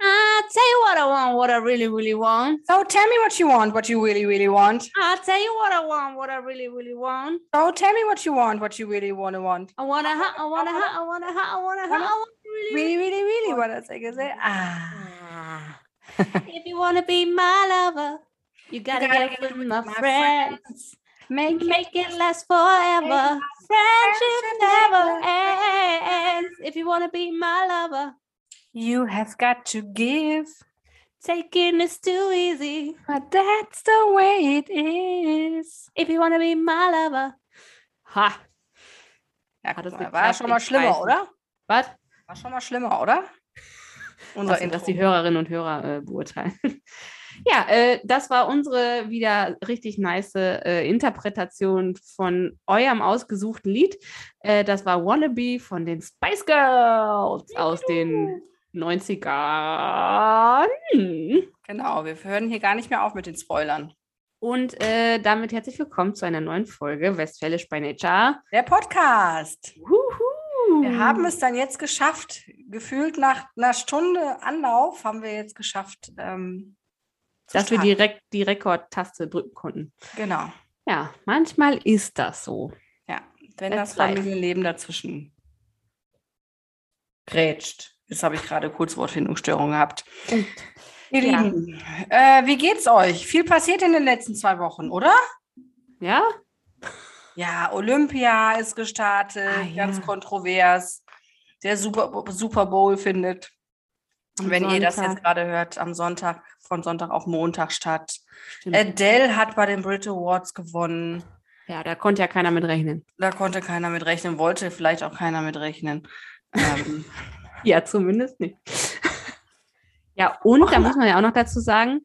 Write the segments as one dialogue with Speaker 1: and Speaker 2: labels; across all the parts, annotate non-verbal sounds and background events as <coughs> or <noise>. Speaker 1: I'll tell you what I want, what I really, really want.
Speaker 2: So tell me what you want, what you really, really want.
Speaker 1: I'll tell you what I want, what I really, really want.
Speaker 2: So tell me what you want, what you really want to want.
Speaker 1: I wanna ha, I wanna ha, I wanna ha, I wanna ha, I wanna really, really
Speaker 2: Really, really, really want to say, say ah.
Speaker 1: Ah. if you wanna be my lover, you gotta,
Speaker 2: gotta
Speaker 1: get
Speaker 2: get
Speaker 1: with my
Speaker 2: my
Speaker 1: friends.
Speaker 2: Make it
Speaker 1: Make it last forever. Friendship
Speaker 2: Friendship
Speaker 1: never
Speaker 2: never
Speaker 1: ends. If you wanna be my lover,
Speaker 2: you have got to give.
Speaker 1: taking is too easy.
Speaker 2: But that's the way it is.
Speaker 1: If you wanna be my lover. Ha.
Speaker 2: Ja,
Speaker 1: Ah, das
Speaker 2: guck mal,
Speaker 1: wird
Speaker 2: war schon mal
Speaker 1: knackig
Speaker 2: schlimmer,
Speaker 1: reißen.
Speaker 2: oder?
Speaker 1: Was?
Speaker 2: War schon mal schlimmer, oder? Unser
Speaker 1: Lassen das
Speaker 2: Intro.
Speaker 1: die Hörerinnen und Hörer äh, beurteilen. <laughs> ja, äh, das war unsere wieder richtig nice äh, Interpretation von eurem ausgesuchten Lied. Äh, das war Wannabe von den Spice Girls aus den 90ern.
Speaker 2: Genau, wir hören hier gar nicht mehr auf mit den Spoilern.
Speaker 1: Und äh, damit herzlich willkommen zu einer neuen Folge Westfälisch bei Nature.
Speaker 2: Der er Podcast.
Speaker 1: Huhu.
Speaker 2: Wir haben es dann jetzt geschafft. Gefühlt nach einer Stunde Anlauf haben wir jetzt geschafft, ähm, zu
Speaker 1: dass wir
Speaker 2: starten.
Speaker 1: direkt die Rekordtaste drücken konnten.
Speaker 2: Genau.
Speaker 1: Ja, manchmal ist das so.
Speaker 2: Ja, wenn
Speaker 1: That's
Speaker 2: das
Speaker 1: life.
Speaker 2: Familienleben dazwischen grätscht. Jetzt habe ich gerade Kurzwortfindungsstörung gehabt. Ihr
Speaker 1: Ja.
Speaker 2: Lieben, äh, wie geht's euch? Viel passiert in den letzten zwei Wochen, oder?
Speaker 1: Ja?
Speaker 2: Ja, Olympia ist gestartet,
Speaker 1: Ah, ja.
Speaker 2: ganz kontrovers. Der Super, Super Bowl findet,
Speaker 1: Am
Speaker 2: wenn ihr das
Speaker 1: Sonntag.
Speaker 2: jetzt gerade hört, am Sonntag, von Sonntag auf Montag statt.
Speaker 1: Stimmt.
Speaker 2: Adele hat bei den Brit Awards gewonnen.
Speaker 1: Äh, Ja, da konnte ja keiner mit rechnen.
Speaker 2: Da konnte keiner mit rechnen, wollte vielleicht auch keiner mit rechnen.
Speaker 1: <laughs>
Speaker 2: Ähm,
Speaker 1: Ja, zumindest nicht. ja, und da muss man ja auch noch dazu sagen,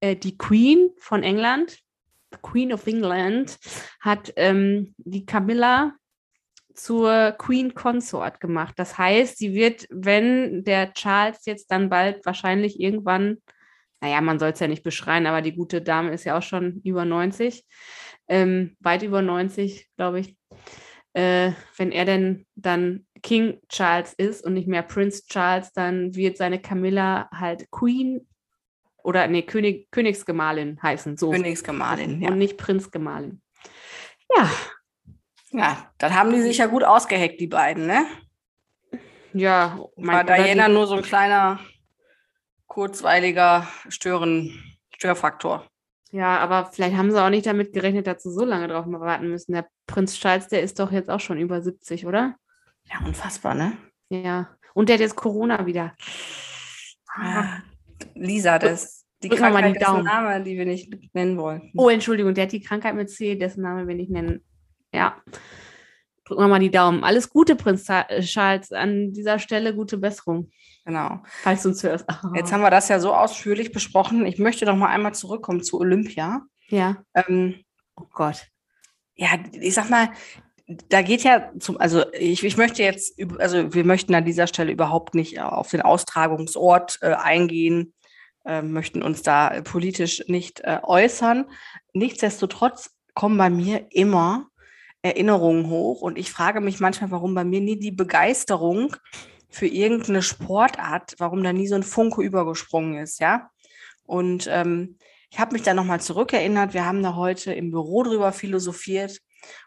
Speaker 1: äh, die Queen von England, the Queen of England, hat ähm, die Camilla zur Queen Consort gemacht. Das heißt, sie wird, wenn der Charles jetzt dann bald wahrscheinlich irgendwann, naja, man soll es ja nicht beschreien, aber die gute Dame ist ja auch schon über 90, ähm, weit über 90, glaube ich. Äh, wenn er denn dann King Charles ist und nicht mehr Prince Charles, dann wird seine Camilla halt Queen oder nee, König, Königsgemahlin heißen. So.
Speaker 2: Königsgemahlin, ja.
Speaker 1: Und nicht Prinzgemahlin. Ja,
Speaker 2: Ja, dann haben die sich ja gut ausgeheckt, die beiden, ne?
Speaker 1: ja.
Speaker 2: War
Speaker 1: oder die-
Speaker 2: Diana nur so ein kleiner, kurzweiliger Stören, Störfaktor.
Speaker 1: Ja, aber vielleicht haben sie auch nicht damit gerechnet, dass sie so lange drauf mal warten müssen. Der Prinz Charles, der ist doch jetzt auch schon über 70, oder?
Speaker 2: Ja, unfassbar, ne?
Speaker 1: Ja. Und der hat jetzt Corona wieder.
Speaker 2: Ah, Lisa, das die
Speaker 1: drück mal mal die
Speaker 2: Krankheit ist ein
Speaker 1: Daumen.
Speaker 2: Name, die wir nicht nennen wollten.
Speaker 1: Oh, Entschuldigung, der hat die Krankheit mit C, dessen Namen will ich nennen. Ja. Drücken wir mal die Daumen. Alles Gute, Prinz Za- äh, Charles. An dieser Stelle gute Besserung,
Speaker 2: Genau.
Speaker 1: falls du uns hörst. Ah.
Speaker 2: Jetzt haben wir das ja so ausführlich besprochen. Ich möchte noch mal einmal zurückkommen zu Olympia.
Speaker 1: ja.
Speaker 2: Ähm,
Speaker 1: Oh Gott.
Speaker 2: ja, ich sag mal, da geht ja zum, also ich, ich möchte jetzt, üb- also wir möchten an dieser Stelle überhaupt nicht äh, auf den Austragungsort äh, eingehen, äh, möchten uns da äh, politisch nicht äh, äußern. Nichtsdestotrotz kommen bei mir immer Erinnerungen hoch und ich frage mich manchmal, warum bei mir nie die Begeisterung für irgendeine Sportart, warum da nie so ein Funke übergesprungen ist, ja. Und ähm, ich habe mich da nochmal zurückerinnert. Wir haben da heute im Büro drüber philosophiert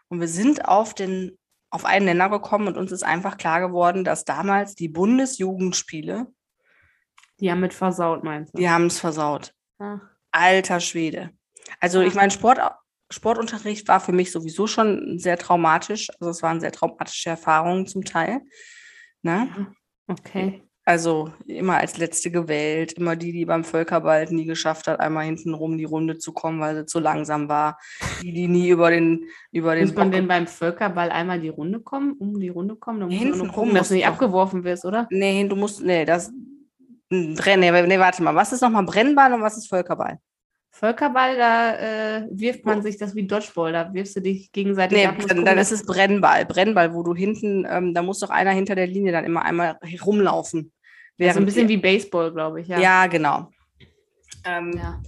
Speaker 2: und wir sind auf, den, auf einen Nenner gekommen und uns ist einfach klar geworden, dass damals die Bundesjugendspiele,
Speaker 1: Die haben mit versaut, meinst du?
Speaker 2: die haben es versaut.
Speaker 1: Ah.
Speaker 2: Alter Schwede. Also ich meine, Sport, Sportunterricht war für mich sowieso schon sehr traumatisch. Also es waren sehr traumatische Erfahrungen zum Teil. Ne?
Speaker 1: ah. Okay.
Speaker 2: Also immer als letzte gewählt, immer die, die beim Völkerball nie geschafft hat, einmal hinten rum die Runde zu kommen, weil sie zu langsam war. Die, die nie über den über den
Speaker 1: Muss man
Speaker 2: Bock-
Speaker 1: denn beim Völkerball einmal die Runde kommen, um die Runde kommen? Dann muss man
Speaker 2: Hinten
Speaker 1: nur
Speaker 2: rum
Speaker 1: gucken, dass du
Speaker 2: musst
Speaker 1: nicht
Speaker 2: du.
Speaker 1: abgeworfen wirst, oder?
Speaker 2: Nee, hin- du musst nee, das Brennen, nee, nee, warte mal, was ist nochmal Brennball und was ist Völkerball?
Speaker 1: Völkerball, da äh, wirft man sich das wie Dodgeball, da wirfst du dich gegenseitig
Speaker 2: Oh. Nee,
Speaker 1: ab. musst
Speaker 2: dann,
Speaker 1: gucken, ne?
Speaker 2: dann
Speaker 1: dass-
Speaker 2: ist es Brennball. Brennball, wo du hinten, ähm, da muss doch einer hinter der Linie dann immer einmal
Speaker 1: ja, so
Speaker 2: rumlaufen.
Speaker 1: ein
Speaker 2: während
Speaker 1: bisschen
Speaker 2: wir-
Speaker 1: wie Baseball, glaube ich. Ja.
Speaker 2: Ja, genau. Ähm,
Speaker 1: Ja.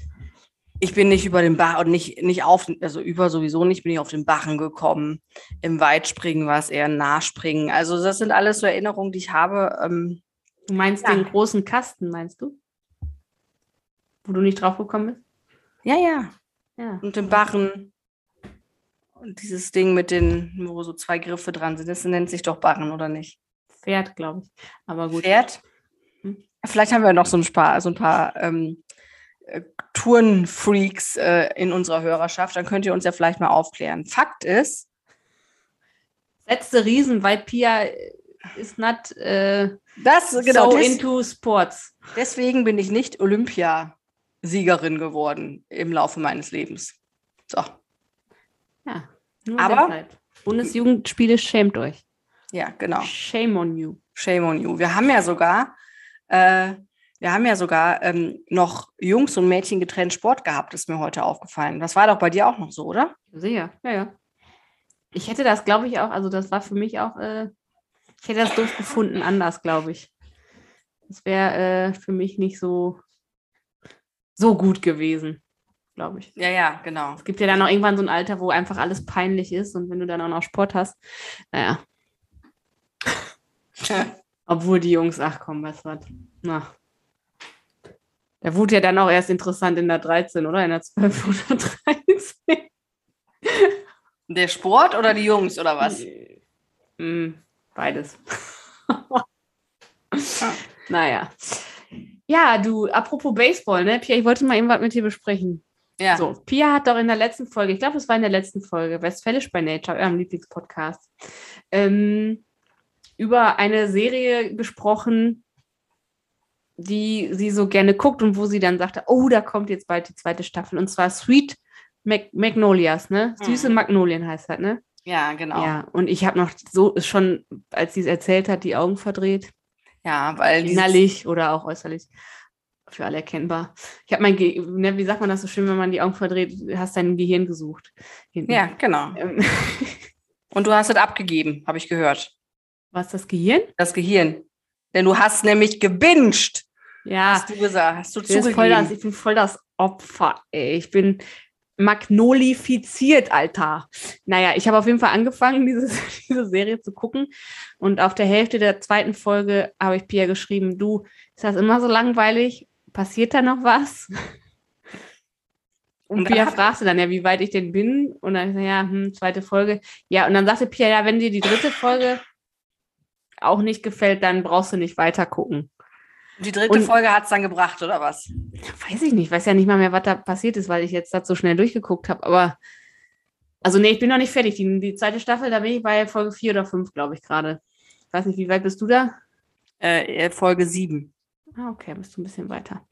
Speaker 2: Ich bin nicht über den Bach und nicht, nicht auf, also über sowieso nicht, bin ich auf den Bachen gekommen. Im Weitspringen war es eher ein Nahspringen. Also, das sind alles so Erinnerungen, die ich habe. Ähm,
Speaker 1: Du meinst
Speaker 2: Ja.
Speaker 1: den großen Kasten, meinst du? Wo du nicht drauf gekommen bist?
Speaker 2: Ja, ja.
Speaker 1: Ja.
Speaker 2: Und den Barren. Und dieses Ding mit den, wo so zwei Griffe dran sind. Das nennt sich doch Barren, oder nicht?
Speaker 1: Pferd, glaube ich. Aber gut.
Speaker 2: Pferd.
Speaker 1: Hm.
Speaker 2: Vielleicht haben wir noch so ein paar, so ein paar ähm, äh, Tourenfreaks äh, in unserer Hörerschaft. Dann könnt ihr uns ja vielleicht mal aufklären. Fakt ist,
Speaker 1: Letzte Riesen, weil Pia ist not äh,
Speaker 2: das genau
Speaker 1: so
Speaker 2: des,
Speaker 1: into sports.
Speaker 2: deswegen bin ich nicht Olympiasiegerin geworden im Laufe meines Lebens. So,
Speaker 1: Ja. Nur
Speaker 2: Aber-
Speaker 1: deshalb. Bundesjugendspiele, schämt euch.
Speaker 2: ja, genau.
Speaker 1: Shame on you.
Speaker 2: Shame on you. Wir haben ja sogar, äh, wir haben ja sogar ähm, noch Jungs und Mädchen getrennt Sport gehabt, ist mir heute aufgefallen. Das war doch bei dir auch noch so, oder?
Speaker 1: Sicher, ja, ja. Ich hätte das, glaube ich, auch, also das war für mich auch, äh, ich hätte das doof gefunden, anders, glaube ich. Das wäre äh, für mich nicht so, so gut gewesen, glaube ich.
Speaker 2: Ja, ja, genau.
Speaker 1: Es gibt ja dann auch irgendwann so ein Alter, wo einfach alles peinlich ist und wenn du dann auch noch Sport hast, <laughs> naja, obwohl die Jungs, ach komm, was was. Na. Da wurde ja dann auch erst interessant in der 13, oder? In der 12 oder <laughs> 13.
Speaker 2: Der Sport oder die Jungs oder was?
Speaker 1: Äh, Mm, beides. <laughs> Naja. Ja, du, apropos Baseball, ne? Pia, ich wollte mal eben was mit dir besprechen.
Speaker 2: Ja.
Speaker 1: So, Pia hat doch in der letzten Folge, ich glaube, es war in der letzten Folge, Westfälisch bei Nature, eurem Lieblingspodcast, ähm, über eine Serie gesprochen, die sie so gerne guckt und wo sie dann sagte, oh, da kommt jetzt bald die zweite Staffel. Und zwar Sweet Mag Magnolias, ne?
Speaker 2: Hm.
Speaker 1: Süße Magnolien heißt das, ne?
Speaker 2: Ja, genau. Ja,
Speaker 1: Ja, und ich habe noch so schon, als sie es erzählt hat, die Augen verdreht.
Speaker 2: weil dieses-
Speaker 1: Innerlich oder auch äußerlich. Für alle erkennbar. Ich habe mein, Ge ne, wie sagt man das so schön, wenn man die Augen verdreht, hast dein Gehirn gesucht. Hinten.
Speaker 2: Ja, genau.
Speaker 1: Ähm, <laughs>
Speaker 2: Und du hast es abgegeben, habe ich gehört.
Speaker 1: Was das Gehirn?
Speaker 2: Das Gehirn. Denn du hast nämlich gebinged,
Speaker 1: Ja,
Speaker 2: hast du gesagt. Hast du
Speaker 1: ich bin, voll das,
Speaker 2: zugegeben.
Speaker 1: ich bin voll das Opfer, ey. Ich bin magnolifiziert, Alter. Naja, ich habe auf jeden Fall angefangen, <laughs> dieses, diese Serie zu gucken. Und auf der Hälfte der zweiten Folge habe ich Pia geschrieben, du, ist das immer so langweilig? Passiert da noch was? <laughs> Und,
Speaker 2: Und dann
Speaker 1: Pia
Speaker 2: hat-
Speaker 1: fragte dann ja, wie weit ich denn bin. Und dann, ja, hm, zweite Folge. Ja, und dann sagte Pia, ja, wenn dir die dritte Folge auch nicht gefällt, dann brauchst du nicht weiter gucken.
Speaker 2: Die dritte
Speaker 1: Und-
Speaker 2: Folge hat es dann gebracht, oder was?
Speaker 1: Weiß ich nicht, weiß ja nicht mal mehr, was da passiert ist, weil ich jetzt das so schnell durchgeguckt habe. Aber, also nee, ich bin noch nicht fertig. Die, die zweite Staffel, da bin ich bei Folge 4 oder 5, glaube ich, gerade. Ich weiß nicht, wie weit bist du da?
Speaker 2: Äh, Folge 7.
Speaker 1: Ah, okay, bist du ein bisschen weiter.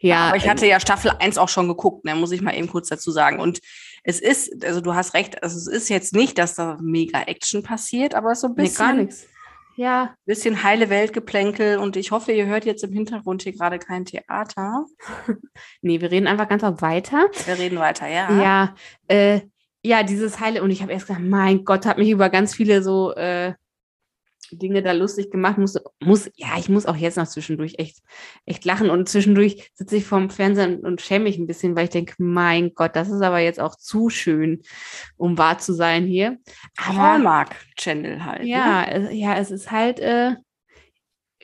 Speaker 1: Ja, äh,
Speaker 2: Aber ich hatte ja äh, Staffel 1 auch schon geguckt, ne, muss ich mal eben kurz dazu sagen. Und es ist, also du hast recht, also es ist jetzt nicht, dass da mega Action passiert, aber so ein
Speaker 1: nee, gar
Speaker 2: bisschen,
Speaker 1: nichts. Ja,
Speaker 2: bisschen heile Weltgeplänkel. Und ich hoffe, ihr hört jetzt im Hintergrund hier gerade kein Theater.
Speaker 1: nee, wir reden einfach ganz auf weiter.
Speaker 2: Wir reden weiter, ja.
Speaker 1: Ja, äh, ja, dieses Heile. Und ich habe erst gedacht, mein Gott, hat mich über ganz viele so äh, Dinge da lustig gemacht. Muss, muss, ja, ich muss auch jetzt noch zwischendurch echt, echt lachen. Und zwischendurch sitze ich vorm Fernseher und- und schäme mich ein bisschen, weil ich denke, mein Gott, das ist aber jetzt auch zu schön, um wahr zu sein hier. Aber
Speaker 2: Hallmark-Channel halt. Ne?
Speaker 1: ja, es, ja, es ist halt, äh,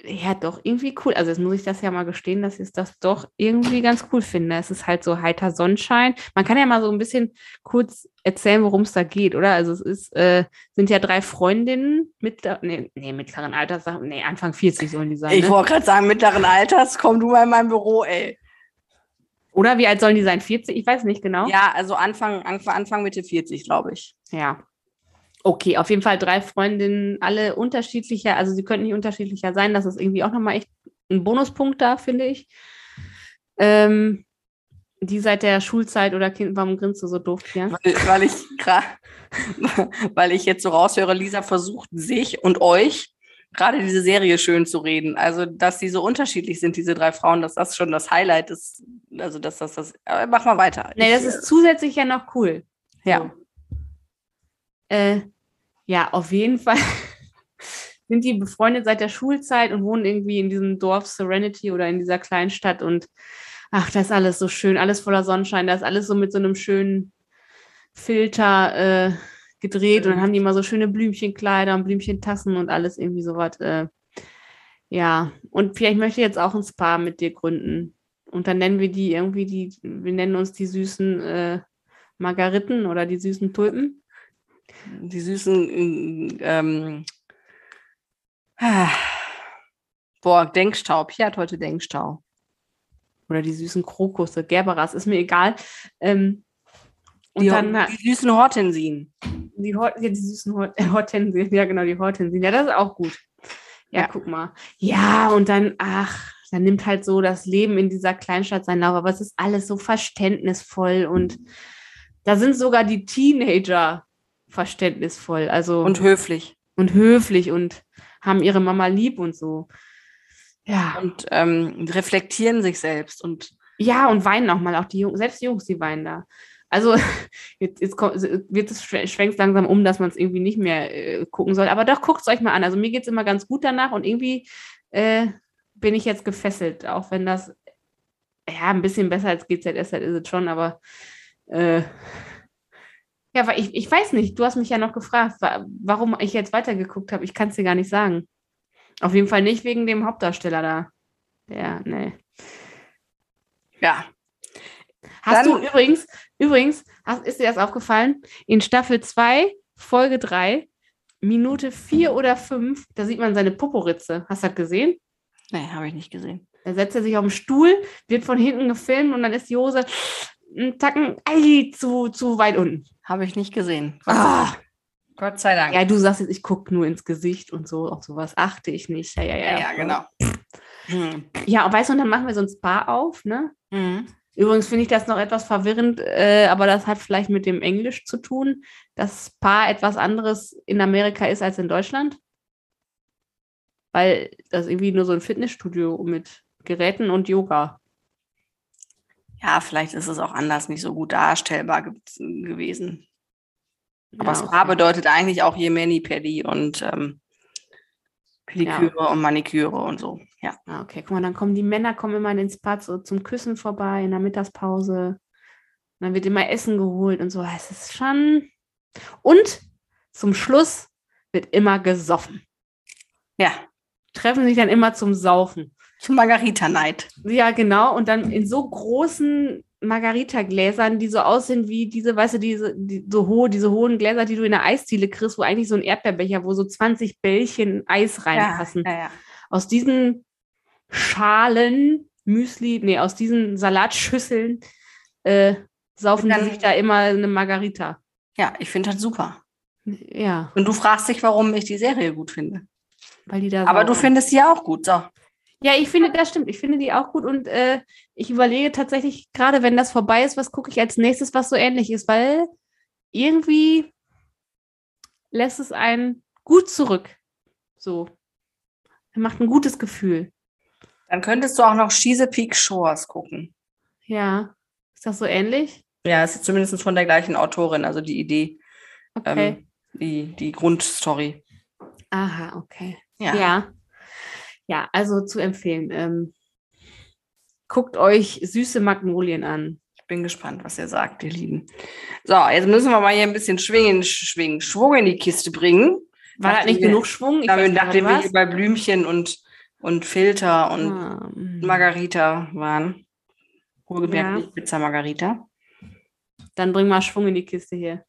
Speaker 1: ja, doch irgendwie cool. Also jetzt muss ich das ja mal gestehen, dass ich das doch irgendwie ganz cool finde. Es ist halt so heiter Sonnenschein. Man kann ja mal so ein bisschen kurz erzählen, worum es da geht, oder? Also es ist, äh, sind ja drei Freundinnen mit, nee, nee, mittleren Alters, sag- nee, Anfang 40 sollen die sein,
Speaker 2: Ich
Speaker 1: ne?
Speaker 2: wollte gerade sagen, mittleren Alters, komm du mal in mein Büro, ey.
Speaker 1: Oder wie alt sollen die sein? 40? Ich weiß nicht genau.
Speaker 2: Ja, also Anfang, Anfang, Anfang Mitte 40, glaube ich.
Speaker 1: Ja. Okay, auf jeden Fall drei Freundinnen, alle unterschiedlicher, also sie könnten nicht unterschiedlicher sein. Das ist irgendwie auch nochmal echt ein Bonuspunkt da, finde ich. Ähm, die seit der Schulzeit oder Kind, warum grinst du so doof, ja?
Speaker 2: Weil, weil ich gra- weil ich jetzt so raushöre, Lisa versucht sich und euch gerade diese Serie schön zu reden. Also, dass sie so unterschiedlich sind, diese drei Frauen, dass das schon das Highlight ist. Also, dass das das. Aber mach mal weiter.
Speaker 1: Nee, das
Speaker 2: Ich,
Speaker 1: ist zusätzlich ja noch cool.
Speaker 2: äh, ja.
Speaker 1: Äh, ja, auf jeden Fall <laughs> sind die befreundet seit der Schulzeit und wohnen irgendwie in diesem Dorf Serenity oder in dieser Kleinstadt und ach, das ist alles so schön, alles voller Sonnenschein, das ist alles so mit so einem schönen Filter äh, gedreht und dann haben die immer so schöne Blümchenkleider und Blümchentassen und alles irgendwie sowas. Äh, ja, und Pia, ich möchte jetzt auch ein Spa mit dir gründen. Und dann nennen wir die irgendwie die, wir nennen uns die süßen äh, Margariten oder die süßen Tulpen.
Speaker 2: Die süßen, ähm, ah, boah, Denkstau. Pia hat heute Denkstau.
Speaker 1: Oder die süßen Krokusse, Gerberas, ist mir egal. Ähm, und
Speaker 2: Die,
Speaker 1: dann
Speaker 2: die süßen Hortensien.
Speaker 1: die, Hort, ja, die süßen Hort, <laughs> äh, Hortensien, ja genau, die Hortensien. Ja, das ist auch gut. Ja,
Speaker 2: Ja.
Speaker 1: guck mal. Ja, und dann, ach, dann nimmt halt so das Leben in dieser Kleinstadt seinen Lauf, aber es ist alles so verständnisvoll und da sind sogar die Teenager verständnisvoll, also
Speaker 2: Und höflich.
Speaker 1: und höflich und haben ihre Mama lieb und so. Ja,
Speaker 2: Und ähm, reflektieren sich selbst. Und
Speaker 1: ja, und weinen auch mal, auch die Jungs, selbst die Jungs, die weinen da. Also <laughs> jetzt, jetzt kommt, wird es schwe- schwenkt langsam um, dass man es irgendwie nicht mehr äh, gucken soll. Aber doch, guckt es euch mal an. Also mir geht es immer ganz gut danach und irgendwie äh, bin ich jetzt gefesselt, auch wenn das ja ein bisschen besser als GZSZ halt ist es schon, aber äh, ja, weil ich, ich weiß nicht, du hast mich ja noch gefragt, wa warum ich jetzt weitergeguckt habe. Ich kann es dir gar nicht sagen. Auf jeden Fall nicht wegen dem Hauptdarsteller da. Ja, nee.
Speaker 2: ja,
Speaker 1: Hast
Speaker 2: Dann-
Speaker 1: du übrigens, übrigens, hast, ist dir das aufgefallen? In Staffel 2, Folge 3, Minute 4 oder 5, da sieht man seine Poporitze. Hast du das gesehen?
Speaker 2: nee, habe ich nicht gesehen.
Speaker 1: Da setzt er sich auf den Stuhl, wird von hinten gefilmt und dann ist die Hose einen Tacken ei, zu, zu weit unten.
Speaker 2: Habe ich nicht gesehen. Gott sei
Speaker 1: Ah,
Speaker 2: Dank. Gott sei Dank.
Speaker 1: ja, du sagst jetzt, ich gucke nur ins Gesicht und so, auf sowas achte ich nicht. Ja, ja, ja.
Speaker 2: Ja, ja, genau. Hm.
Speaker 1: Ja, und weißt du, und dann machen wir so ein Spa auf, ne?
Speaker 2: Mhm.
Speaker 1: Übrigens finde ich das noch etwas verwirrend, äh, aber das hat vielleicht mit dem Englisch zu tun, dass Spa etwas anderes in Amerika ist als in Deutschland. Weil das irgendwie nur so ein Fitnessstudio mit Geräten und Yoga.
Speaker 2: Ja, vielleicht ist es auch anders nicht so gut darstellbar ge gewesen. Aber
Speaker 1: Ja,
Speaker 2: Spa
Speaker 1: okay.
Speaker 2: bedeutet eigentlich auch hier Mani-Pedi und ähm, Pediküre und Maniküre und so. Ja.
Speaker 1: Ah, okay, guck mal, dann kommen die Männer kommen immer in den Spa so zum Küssen vorbei in der Mittagspause. Und dann wird immer Essen geholt und so. Es ist schon. Und zum Schluss wird immer gesoffen.
Speaker 2: Ja.
Speaker 1: Treffen sich dann immer zum Saufen.
Speaker 2: Zum Margarita-Night.
Speaker 1: Ja, genau. Und dann in so großen Margarita-Gläsern, die so aussehen wie diese, weißt du, diese, die, so hohe, diese hohen Gläser, die du in der Eisdiele kriegst, wo eigentlich so ein Erdbeerbecher, wo so 20 Bällchen Eis reinpassen.
Speaker 2: Ja, ja.
Speaker 1: Aus diesen Schalen, Müsli, nee, aus diesen Salatschüsseln äh, saufen
Speaker 2: Und
Speaker 1: die
Speaker 2: dann-
Speaker 1: sich da immer eine Margarita.
Speaker 2: ja ich finde das super.
Speaker 1: Ja,
Speaker 2: Und du fragst dich, warum ich die Serie gut finde.
Speaker 1: weil die da
Speaker 2: Aber
Speaker 1: saufen.
Speaker 2: du findest sie auch gut. So.
Speaker 1: Ja, ich finde, das stimmt. Ich finde die auch gut und äh, ich überlege tatsächlich, gerade wenn das vorbei ist, was gucke ich als nächstes, was so ähnlich ist, weil irgendwie lässt es einen gut zurück. So. Macht ein gutes Gefühl.
Speaker 2: Dann könntest du auch noch Chesapeake Shores gucken.
Speaker 1: Ja. Ist das so ähnlich?
Speaker 2: Ja, es ist zumindest von der gleichen Autorin, also die Idee,
Speaker 1: Okay.
Speaker 2: ähm, die, die Grundstory.
Speaker 1: Aha, okay.
Speaker 2: Ja.
Speaker 1: Ja. ja. also zu empfehlen. Ähm, guckt euch süße Magnolien an.
Speaker 2: Ich bin gespannt, was ihr sagt, ihr Lieben. So, jetzt müssen wir mal hier ein bisschen schwingen, schwingen, Schwung in die Kiste bringen.
Speaker 1: War das
Speaker 2: Nachdem
Speaker 1: nicht
Speaker 2: wir-
Speaker 1: genug Schwung? Ich weiß
Speaker 2: Damit,
Speaker 1: nicht,
Speaker 2: nachdem wir
Speaker 1: was
Speaker 2: hier bei Blümchen und, und Filter
Speaker 1: war's.
Speaker 2: und
Speaker 1: Ah, mm.
Speaker 2: Margarita waren. Wohlgemerkt
Speaker 1: Ja.
Speaker 2: nicht Pizza Margarita.
Speaker 1: Dann bring mal Schwung in die Kiste <laughs> hier.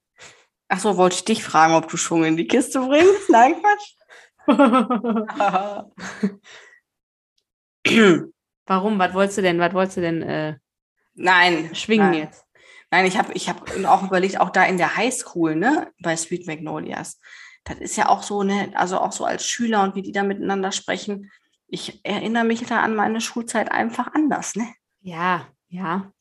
Speaker 2: Ach so, wollte ich dich fragen, ob du Schwung in die Kiste bringst? Nein,
Speaker 1: <laughs>
Speaker 2: Quatsch.
Speaker 1: Warum? Was wolltest du denn? Was wolltest du denn äh,
Speaker 2: Nein,
Speaker 1: schwingen
Speaker 2: Nein.
Speaker 1: jetzt?
Speaker 2: Nein, ich habe ich hab auch überlegt, auch da in der Highschool, ne, bei Sweet Magnolias. Das ist ja auch so, ne, also auch so als Schüler und wie die da miteinander sprechen. Ich erinnere mich da an meine Schulzeit einfach anders, ne?
Speaker 1: Ja, ja.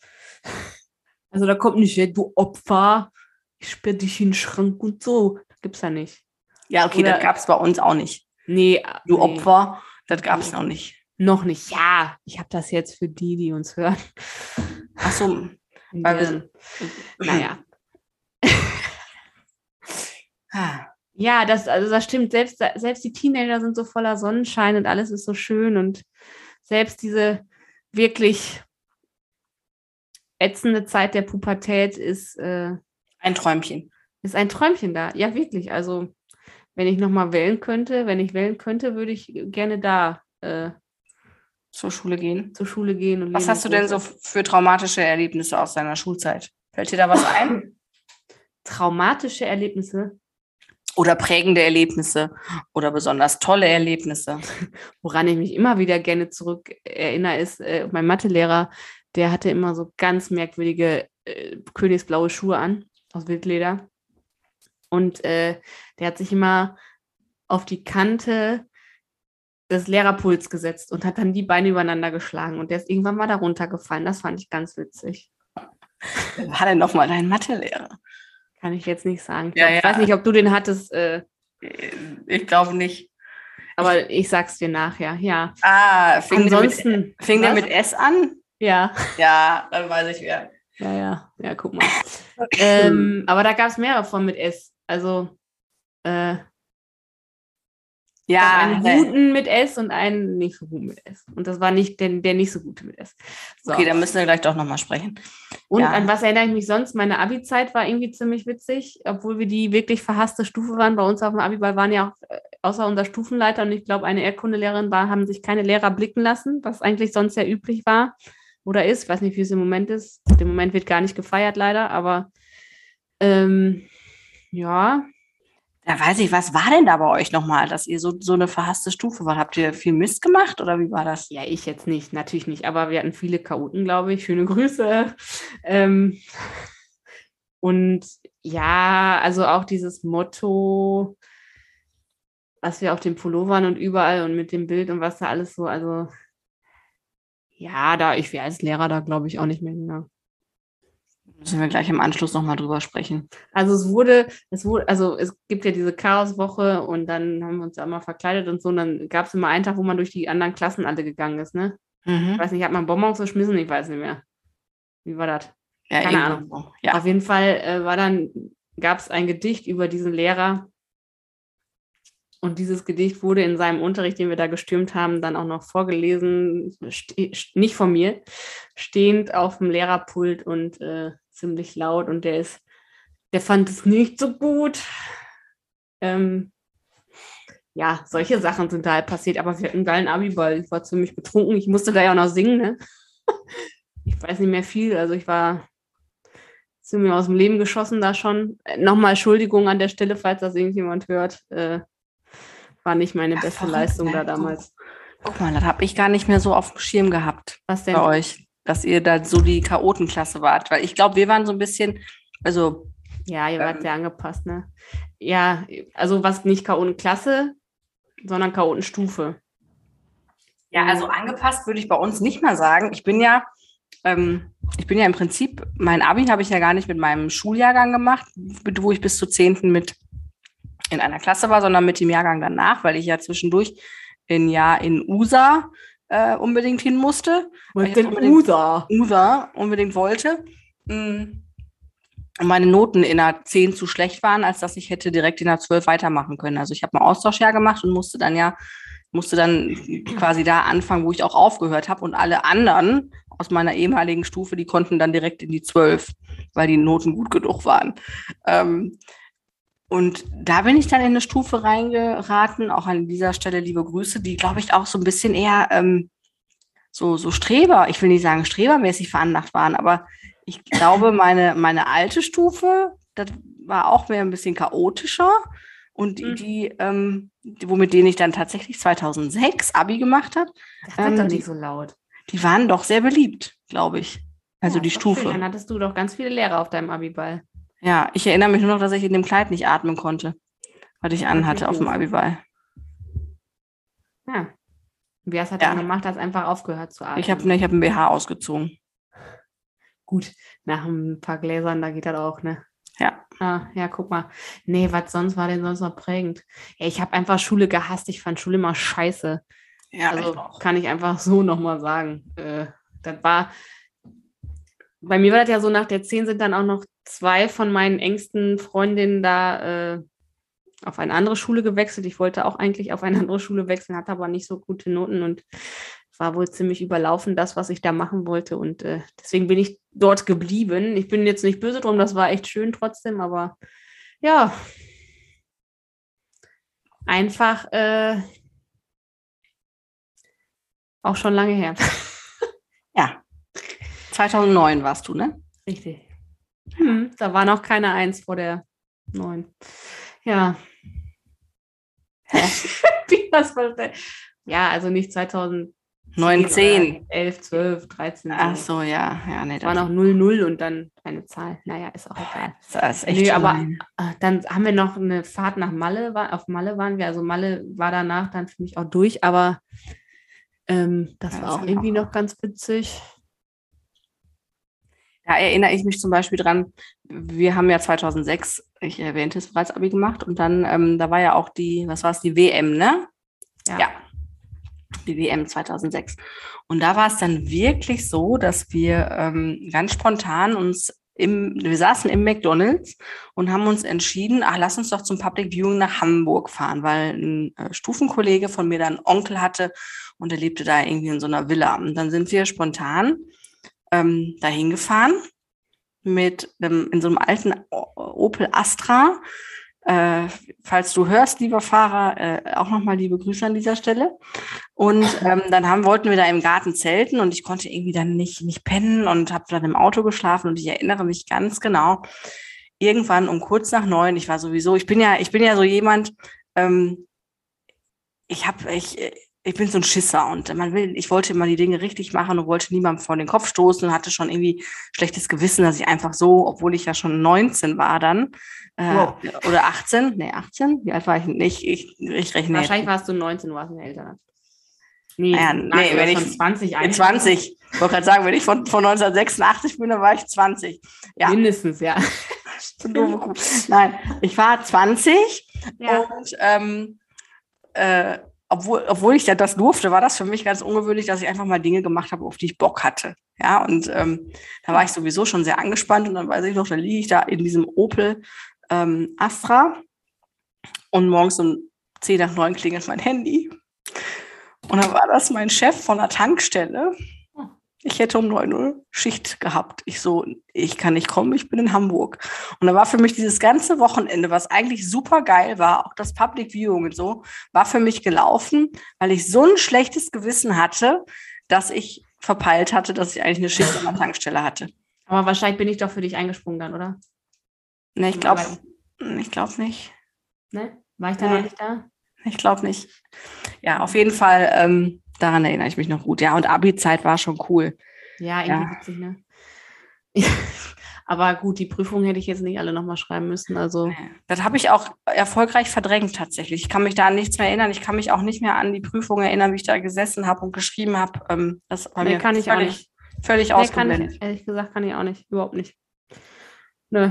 Speaker 1: <laughs> Also da kommt nicht, hey, du Opfer, ich sperr dich in den Schrank und so. Das gibt's ja nicht.
Speaker 2: Ja, okay,
Speaker 1: Oder-
Speaker 2: das gab es bei uns auch nicht.
Speaker 1: Nee, äh,
Speaker 2: Du
Speaker 1: nee,
Speaker 2: Opfer, das gab es noch nicht.
Speaker 1: Noch nicht. Ja, ich habe das jetzt für die, die uns hören.
Speaker 2: Ach <laughs> so,
Speaker 1: In
Speaker 2: Weil wir-
Speaker 1: deren- naja.
Speaker 2: ah,
Speaker 1: Ja, das, also das stimmt. Selbst, selbst die Teenager sind so voller Sonnenschein und alles ist so schön. Und selbst diese wirklich ätzende Zeit der Pubertät ist, äh,
Speaker 2: ein Träumchen.
Speaker 1: ist ein Träumchen da. Ja, wirklich. Also, wenn ich nochmal wählen könnte, wenn ich wählen könnte, würde ich gerne da äh,
Speaker 2: zur Schule gehen.
Speaker 1: zur Schule gehen. Und
Speaker 2: Was
Speaker 1: leben
Speaker 2: hast du
Speaker 1: lassen.
Speaker 2: denn so für traumatische Erlebnisse aus deiner Schulzeit? Fällt dir da was ein?
Speaker 1: Traumatische Erlebnisse,
Speaker 2: <laughs> Oder prägende Erlebnisse oder besonders tolle Erlebnisse?
Speaker 1: woran ich mich immer wieder gerne zurück erinnere, ist äh, mein Mathelehrer, der hatte immer so ganz merkwürdige äh, königsblaue Schuhe an, aus Wildleder. Und äh, der hat sich immer auf die Kante des Lehrerpuls gesetzt und hat dann die Beine übereinander geschlagen. Und der ist irgendwann mal da runtergefallen. Das fand ich ganz witzig.
Speaker 2: Wer War denn nochmal dein Mathelehrer?
Speaker 1: Kann ich jetzt nicht sagen. Ich,
Speaker 2: Ja,
Speaker 1: glaub, ich
Speaker 2: ja.
Speaker 1: weiß nicht, ob du den hattest, äh,
Speaker 2: Ich glaube nicht.
Speaker 1: aber ich sag's dir nachher. Ja.
Speaker 2: Ah, fing der mit,
Speaker 1: Ansonsten.
Speaker 2: fing der
Speaker 1: Was?
Speaker 2: mit S an? <laughs>
Speaker 1: Ja,
Speaker 2: Ja, dann weiß ich wer.
Speaker 1: ja, ja. Ja, guck mal. ähm, aber da gab es mehrere von mit S. Also äh, gab
Speaker 2: Ja,
Speaker 1: einen guten mit S und einen nicht so guten mit S. Und das war nicht der, der nicht so gute mit S. So.
Speaker 2: okay, dann müssen wir gleich doch nochmal sprechen.
Speaker 1: und
Speaker 2: ja.
Speaker 1: an was erinnere ich mich sonst? Meine Abi-Zeit war irgendwie ziemlich witzig, obwohl wir die wirklich verhasste Stufe waren. Bei uns auf dem Abi-Ball waren ja auch, äh, außer unser Stufenleiter und ich glaube, eine Erdkundelehrerin war, haben sich keine Lehrer blicken lassen, was eigentlich sonst ja üblich war oder ist. Ich weiß nicht, wie es im Moment ist. Im Moment wird gar nicht gefeiert, leider, aber ähm, ja,
Speaker 2: Da weiß ich, was war denn da bei euch nochmal, dass ihr so, so eine verhasste Stufe war? Habt ihr viel Mist gemacht oder wie war das?
Speaker 1: Ja, ich jetzt nicht, natürlich nicht, aber wir hatten viele Chaoten, glaube ich. Schöne Grüße. <laughs> Ähm, und ja, also auch dieses Motto, was wir auf den Pullovern und überall und mit dem Bild und was da alles so, also ja, da ich wäre als Lehrer da, glaube ich, auch nicht mehr hingegangen.
Speaker 2: Müssen wir gleich im Anschluss nochmal drüber sprechen.
Speaker 1: Also es wurde, es wurde, also es gibt ja diese Chaoswoche und dann haben wir uns da immer verkleidet und so. Und dann gab es immer einen Tag, wo man durch die anderen Klassen alle gegangen ist, ne?
Speaker 2: Mhm.
Speaker 1: Ich weiß nicht, hat man Bonbons verschmissen? Ich weiß nicht mehr. Wie war das?
Speaker 2: Ja, Also,
Speaker 1: keine
Speaker 2: irgendwie so. Ja.
Speaker 1: Auf jeden Fall äh, war dann, gab es ein Gedicht über diesen Lehrer. Und dieses Gedicht wurde in seinem Unterricht, den wir da gestürmt haben, dann auch noch vorgelesen, ste- st- nicht von mir, stehend auf dem Lehrerpult und äh, ziemlich laut. Und der ist, der fand es nicht so gut. Ähm, ja, solche Sachen sind da halt passiert, aber wir hatten einen geilen Abiball. Ich war ziemlich betrunken. Ich musste da ja auch noch singen, ne? <laughs> Ich weiß nicht mehr viel. Also ich war sind mir aus dem Leben geschossen da schon. Äh, Nochmal Entschuldigung an der Stelle, falls das irgendjemand hört. Äh, war nicht meine
Speaker 2: Ja,
Speaker 1: beste
Speaker 2: verrückt,
Speaker 1: Leistung da
Speaker 2: ne?
Speaker 1: damals.
Speaker 2: Guck mal, das habe ich gar nicht mehr so auf dem Schirm gehabt
Speaker 1: Was denn?
Speaker 2: bei euch, dass ihr da so die Chaotenklasse wart. Weil ich glaube, wir waren so ein bisschen, also
Speaker 1: Ja, ihr wart
Speaker 2: Ähm.
Speaker 1: sehr angepasst, ne? Ja, also was nicht Chaotenklasse, sondern Chaotenstufe.
Speaker 2: Ja, also angepasst würde ich bei uns nicht mal sagen. Ich bin ja, ähm, ich bin ja im Prinzip, mein Abi habe ich ja gar nicht mit meinem Schuljahrgang gemacht, mit- wo ich bis zur 10. mit in einer Klasse war, sondern mit dem Jahrgang danach, weil ich ja zwischendurch ein Jahr in USA äh, unbedingt hin musste. Was denn
Speaker 1: USA?
Speaker 2: USA unbedingt wollte. Mm. Und meine Noten in der 10 zu schlecht waren, als dass ich hätte direkt in der 12 weitermachen können. Also ich habe ein Austauschjahr gemacht und musste dann ja, musste dann quasi da anfangen, wo ich auch aufgehört habe. Und alle anderen aus meiner ehemaligen Stufe, die konnten dann direkt in die 12, weil die Noten gut genug waren. Ähm, und da bin ich dann in eine Stufe reingeraten, auch an dieser Stelle liebe Grüße, die, glaube ich, auch so ein bisschen eher ähm, so, so Streber, ich will nicht sagen strebermäßig veranlagt waren, aber ich glaube, <laughs> meine, meine alte Stufe, das war auch mehr ein bisschen chaotischer. Und die,
Speaker 1: Mhm.
Speaker 2: die, ähm, die, womit denen ich dann tatsächlich 2006 Abi gemacht habe,
Speaker 1: Das wird
Speaker 2: Ähm,
Speaker 1: doch
Speaker 2: die-
Speaker 1: nicht so laut.
Speaker 2: die waren doch sehr beliebt, glaube ich. Also
Speaker 1: Ja,
Speaker 2: die
Speaker 1: ist doch schön.
Speaker 2: Stufe.
Speaker 1: Dann hattest du doch ganz viele Lehrer auf deinem Abiball.
Speaker 2: Ja, ich erinnere mich nur noch, dass ich in dem Kleid nicht atmen konnte, was ich anhatte auf dem
Speaker 1: doof.
Speaker 2: Abiball.
Speaker 1: Ja. Und Wer es hat
Speaker 2: Ja.
Speaker 1: dann gemacht, hat einfach aufgehört zu atmen.
Speaker 2: Ich habe ne, ich hab einen BH ausgezogen.
Speaker 1: Gut, nach ein paar Gläsern, da geht das auch, ne?
Speaker 2: Ja.
Speaker 1: Ah, ja, guck mal. Nee, was sonst war denn sonst noch prägend? Ja, ich habe einfach Schule gehasst. Ich fand Schule immer scheiße.
Speaker 2: Ja,
Speaker 1: also
Speaker 2: ich auch.
Speaker 1: kann ich einfach <laughs> so nochmal sagen. Äh, das war, bei mir war das ja so, nach der 10 sind dann auch noch zwei von meinen engsten Freundinnen da äh, auf eine andere Schule gewechselt. Ich wollte auch eigentlich auf eine <laughs> andere Schule wechseln, hatte aber nicht so gute Noten und war wohl ziemlich überlaufen, das, was ich da machen wollte. Und äh, deswegen bin ich dort geblieben. Ich bin jetzt nicht böse drum, das war echt schön trotzdem, aber ja. Einfach äh, Auch schon lange her.
Speaker 2: Ja. 2009 warst du, ne?
Speaker 1: Richtig. Hm, da war noch keine Eins vor der Neun. Ja.
Speaker 2: <laughs>
Speaker 1: Wie das verstehe. Ja, also nicht 2010,
Speaker 2: 9, 10.
Speaker 1: 11, 12, 13. so.
Speaker 2: Ach so, ja. Ja, nee,
Speaker 1: war
Speaker 2: das
Speaker 1: noch 00 und dann eine Zahl. Naja, ist auch egal.
Speaker 2: das ist echt
Speaker 1: Nö,
Speaker 2: schon
Speaker 1: aber-
Speaker 2: ein-
Speaker 1: Ah, Dann haben wir noch eine Fahrt nach Malle, war, auf Malle waren wir. Also Malle war danach dann für mich auch durch, aber ähm, das
Speaker 2: Ja,
Speaker 1: war
Speaker 2: das
Speaker 1: auch
Speaker 2: war
Speaker 1: irgendwie noch ganz witzig.
Speaker 2: Da erinnere ich mich zum Beispiel dran, wir haben ja 2006, ich erwähnte es bereits, Abi gemacht und dann, ähm, da war ja auch die, was war es, die WM, ne?
Speaker 1: Ja.
Speaker 2: Die WM 2006. Und da war es dann wirklich so, dass wir ähm, ganz spontan uns im, wir saßen im McDonalds und haben uns entschieden, ach, lass uns doch zum Public Viewing nach Hamburg fahren, weil ein äh, Stufenkollege von mir da einen Onkel hatte und er lebte da irgendwie in so einer Villa. Und dann sind wir spontan ähm, dahin gefahren mit einem, in so einem alten O- Opel Astra. Äh, falls du hörst, lieber Fahrer, äh, auch nochmal liebe Grüße an dieser Stelle. Und ähm, dann haben, wollten wir da im Garten zelten und ich konnte irgendwie dann nicht, nicht pennen und habe dann im Auto geschlafen und ich erinnere mich ganz genau, irgendwann um kurz nach neun, ich war sowieso, ich bin ja, ich bin ja so jemand, ähm, ich habe, ich, ich bin so ein Schisser und man will, ich wollte immer die Dinge richtig machen und wollte niemandem vor den Kopf stoßen und hatte schon irgendwie schlechtes Gewissen, dass ich einfach so, obwohl ich ja schon 19 war dann, äh,
Speaker 1: Wow.
Speaker 2: oder 18, nee, 18, wie alt war ich? Nee, ich, ich, ich rechne jetzt
Speaker 1: Wahrscheinlich warst du 19, warst ein älterer. Nee,
Speaker 2: Ah ja,
Speaker 1: nein,
Speaker 2: nee,
Speaker 1: du
Speaker 2: wenn
Speaker 1: warst
Speaker 2: ich-
Speaker 1: schon 20,
Speaker 2: In
Speaker 1: 21.
Speaker 2: 20. Ich wollte gerade sagen, wenn ich von, von 1986 bin, dann war ich 20. ja.
Speaker 1: Mindestens, ja.
Speaker 2: So doofe Kuh. Nein, ich war 20
Speaker 1: ja.
Speaker 2: und ähm, äh, obwohl, obwohl ich ja das durfte, war das für mich ganz ungewöhnlich, dass ich einfach mal Dinge gemacht habe, auf die ich Bock hatte. Ja, und ähm, da war ich sowieso schon sehr angespannt und dann weiß ich noch, da liege ich da in diesem Opel ähm, Astra und morgens um 10 nach 9 klingelt mein Handy. Und dann war das mein Chef von der Tankstelle. Ich hätte um 9 Uhr Schicht gehabt. Ich so, ich kann nicht kommen, ich bin in Hamburg. Und da war für mich dieses ganze Wochenende, was eigentlich super geil war, auch das Public Viewing und so, war für mich gelaufen, weil ich so ein schlechtes Gewissen hatte, dass ich verpeilt hatte, dass ich eigentlich eine Schicht an der Tankstelle hatte.
Speaker 1: Aber wahrscheinlich bin ich doch für dich eingesprungen dann, oder?
Speaker 2: Ne, ich glaube ich glaub nicht.
Speaker 1: Ne? War ich da
Speaker 2: Nee.
Speaker 1: noch nicht da?
Speaker 2: Ich glaube nicht. Ja, auf jeden Fall, ähm, daran erinnere ich mich noch gut. Ja, und Abi-Zeit war schon cool.
Speaker 1: Ja, irgendwie witzig, ne? <laughs> Aber gut, die Prüfung hätte ich jetzt nicht alle nochmal schreiben müssen. Also,
Speaker 2: Das habe ich auch erfolgreich verdrängt tatsächlich. Ich kann mich da an nichts mehr erinnern. Ich kann mich auch nicht mehr an die Prüfung erinnern, wie ich da gesessen habe und geschrieben habe. Ähm, das war
Speaker 1: Nee,
Speaker 2: mir
Speaker 1: kann ich auch
Speaker 2: völlig,
Speaker 1: nicht.
Speaker 2: Völlig
Speaker 1: Nee, kann
Speaker 2: ausgeblendet.
Speaker 1: ich, ehrlich gesagt, kann ich auch nicht. Überhaupt nicht. Nö.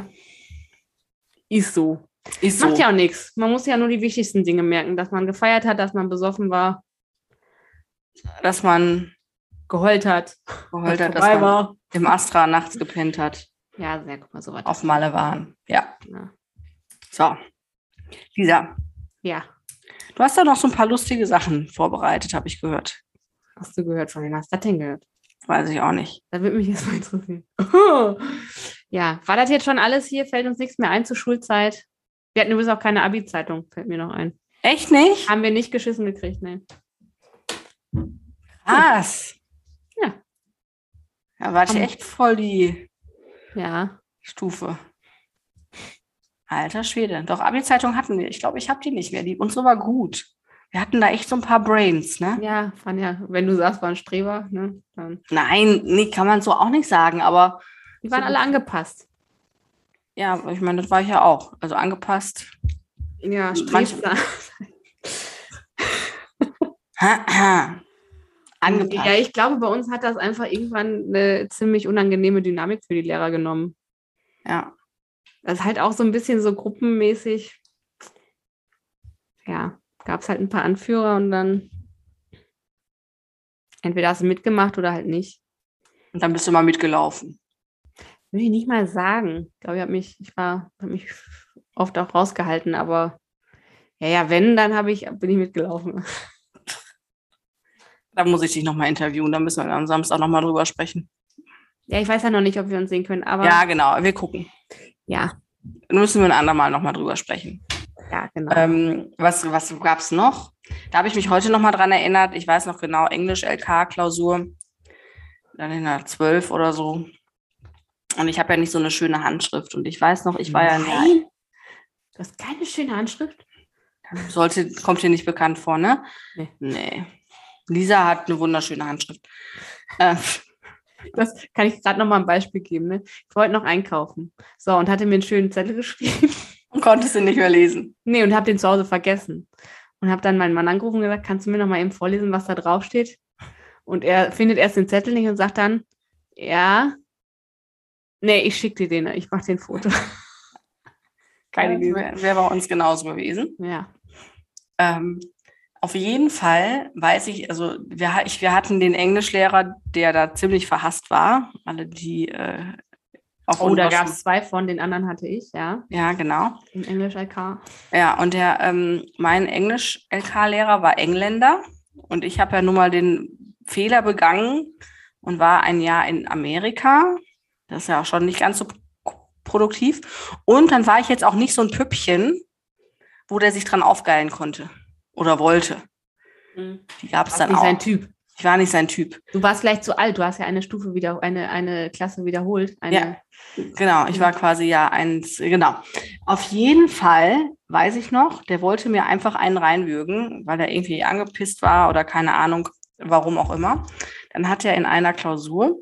Speaker 1: Ist so.
Speaker 2: Ist
Speaker 1: Macht ja auch nichts. Man muss ja nur die wichtigsten Dinge merken, dass man gefeiert hat, dass man besoffen war,
Speaker 2: dass man
Speaker 1: geheult hat,
Speaker 2: geheult hat, dass
Speaker 1: vorbei
Speaker 2: man
Speaker 1: war.
Speaker 2: im Astra nachts gepennt hat,
Speaker 1: Ja, sehr guck mal, so weit.
Speaker 2: auf Malle waren. Ja,
Speaker 1: Ja.
Speaker 2: so. Lisa,
Speaker 1: ja,
Speaker 2: du hast da noch so ein paar lustige Sachen vorbereitet, habe ich gehört.
Speaker 1: hast du gehört von wem? Hast du das denn gehört?
Speaker 2: Weiß ich auch nicht.
Speaker 1: Das würde mich jetzt mal interessieren. <laughs> ja, war das jetzt schon alles hier? Fällt uns nichts mehr ein zur Schulzeit? Wir hatten übrigens auch keine Abi-Zeitung, fällt mir noch ein.
Speaker 2: Echt nicht?
Speaker 1: Haben wir nicht geschissen gekriegt, ne?
Speaker 2: Was?
Speaker 1: Ja.
Speaker 2: Da war ich
Speaker 1: Am-
Speaker 2: echt voll die
Speaker 1: Ja.
Speaker 2: Stufe. Alter Schwede. Doch, Abi-Zeitung hatten wir. Ich glaube, ich habe die nicht mehr. Die, unsere war gut. Wir hatten da echt so ein paar Brains, ne?
Speaker 1: Ja, waren ja, wenn du sagst, war ein Streber, ne? Dann,
Speaker 2: Nein, nee, kann man so auch nicht sagen, aber
Speaker 1: die waren
Speaker 2: So
Speaker 1: alle
Speaker 2: gut.
Speaker 1: angepasst.
Speaker 2: ja, ich meine, das war ich ja auch. Also angepasst.
Speaker 1: Ja,
Speaker 2: Manche-
Speaker 1: Strebsam.
Speaker 2: Angepasst.
Speaker 1: Ja, ich glaube, bei uns hat das einfach irgendwann eine ziemlich unangenehme Dynamik für die Lehrer genommen.
Speaker 2: Ja.
Speaker 1: Das ist halt auch so ein bisschen so gruppenmäßig. Ja, gab es halt ein paar Anführer und dann entweder hast du mitgemacht oder halt nicht.
Speaker 2: Und dann bist du mal mitgelaufen.
Speaker 1: Will ich nicht mal sagen. Ich glaube, ich habe mich, ich war, habe mich oft auch rausgehalten, aber ja, ja, wenn, dann habe ich, bin ich mitgelaufen.
Speaker 2: Da muss ich dich nochmal interviewen. Da müssen wir am Samstag nochmal drüber sprechen.
Speaker 1: Ja, ich weiß ja noch nicht, ob wir uns sehen können, aber
Speaker 2: Ja, genau. Wir gucken.
Speaker 1: ja,
Speaker 2: Dann müssen wir ein andermal nochmal drüber sprechen.
Speaker 1: ja, genau.
Speaker 2: Ähm, was was gab es noch? Da habe ich mich heute nochmal dran erinnert. Ich weiß noch genau, Englisch-LK-Klausur, dann in der 12 oder so. Und ich habe ja nicht so eine schöne Handschrift. Und ich weiß noch, ich war ja in
Speaker 1: Nein. Du hast keine schöne Handschrift.
Speaker 2: der- sollte, kommt dir nicht bekannt vor, ne?
Speaker 1: Nee.
Speaker 2: Nee. Lisa hat eine wunderschöne Handschrift. Äh,
Speaker 1: Das kann ich gerade noch mal ein Beispiel geben. Ne? Ich wollte noch einkaufen. So, und hatte mir einen schönen Zettel geschrieben.
Speaker 2: und konnte sie nicht mehr lesen.
Speaker 1: Nee, und habe den zu Hause vergessen. Und habe dann meinen Mann angerufen und gesagt, kannst du mir noch mal eben vorlesen, was da drauf steht? Und er findet erst den Zettel nicht und sagt dann, ja, nee, ich schicke dir den, ich mache den Foto.
Speaker 2: Keine ja, Wäre wär bei uns genauso gewesen.
Speaker 1: Ja.
Speaker 2: Ähm, auf jeden Fall weiß ich, also wir, ha- ich, wir hatten den Englischlehrer, der da ziemlich verhasst war. Alle, die äh, auf
Speaker 1: Oh, da
Speaker 2: unserer
Speaker 1: gab es zwei von, den anderen hatte ich, ja,
Speaker 2: Schule- Ja, genau.
Speaker 1: im Englisch-LK.
Speaker 2: Ja, und der, ähm, mein Englisch-LK-Lehrer war Engländer und ich habe ja nun mal den Fehler begangen und war ein Jahr in Amerika. Das ist ja auch schon nicht ganz so pro- produktiv. Und dann war ich jetzt auch nicht so ein Püppchen, wo der sich dran aufgeilen konnte oder wollte. Die gab es
Speaker 1: Warst
Speaker 2: dann
Speaker 1: nicht
Speaker 2: auch.
Speaker 1: sein Typ.
Speaker 2: Ich war nicht sein Typ.
Speaker 1: Du warst vielleicht zu alt, du hast ja eine Stufe wieder, eine, eine Klasse wiederholt. Eine,
Speaker 2: Ja. Genau, ich war quasi ja eins, genau. Auf jeden Fall weiß ich noch, der wollte mir einfach einen reinwürgen, weil er irgendwie angepisst war oder keine Ahnung, warum auch immer. Dann hat er in einer Klausur,